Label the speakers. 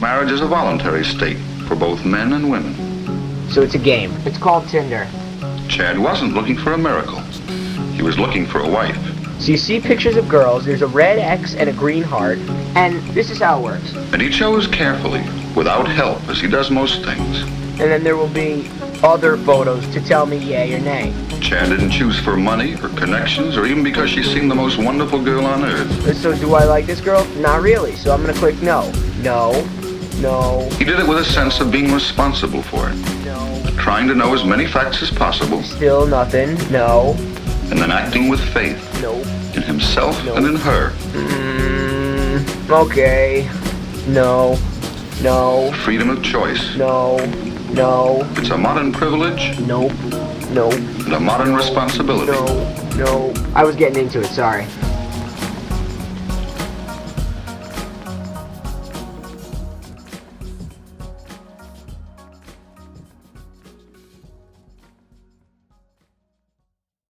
Speaker 1: Marriage is a voluntary state for both men and women.
Speaker 2: So it's a game. It's called Tinder.
Speaker 1: Chad wasn't looking for a miracle. He was looking for a wife.
Speaker 2: So you see pictures of girls, there's a red X and a green heart, and this is how it works.
Speaker 1: And he chose carefully, without help, as he does most things.
Speaker 2: And then there will be other photos to tell me yay or nay.
Speaker 1: Chad didn't choose for money or connections or even because she seemed the most wonderful girl on earth.
Speaker 2: So do I like this girl? Not really. So I'm gonna click no. No. No.
Speaker 1: He did it with a sense of being responsible for it,
Speaker 2: No.
Speaker 1: trying to know as many facts as possible,
Speaker 2: Still nothing. No.
Speaker 1: and then acting with faith
Speaker 2: Nope.
Speaker 1: in himself and in her.
Speaker 2: Mm, okay. No. No.
Speaker 1: Freedom of choice.
Speaker 2: No. No.
Speaker 1: It's a modern privilege
Speaker 2: Nope. Nope.
Speaker 1: and a modern responsibility.
Speaker 2: No. No. I was getting into it. Sorry.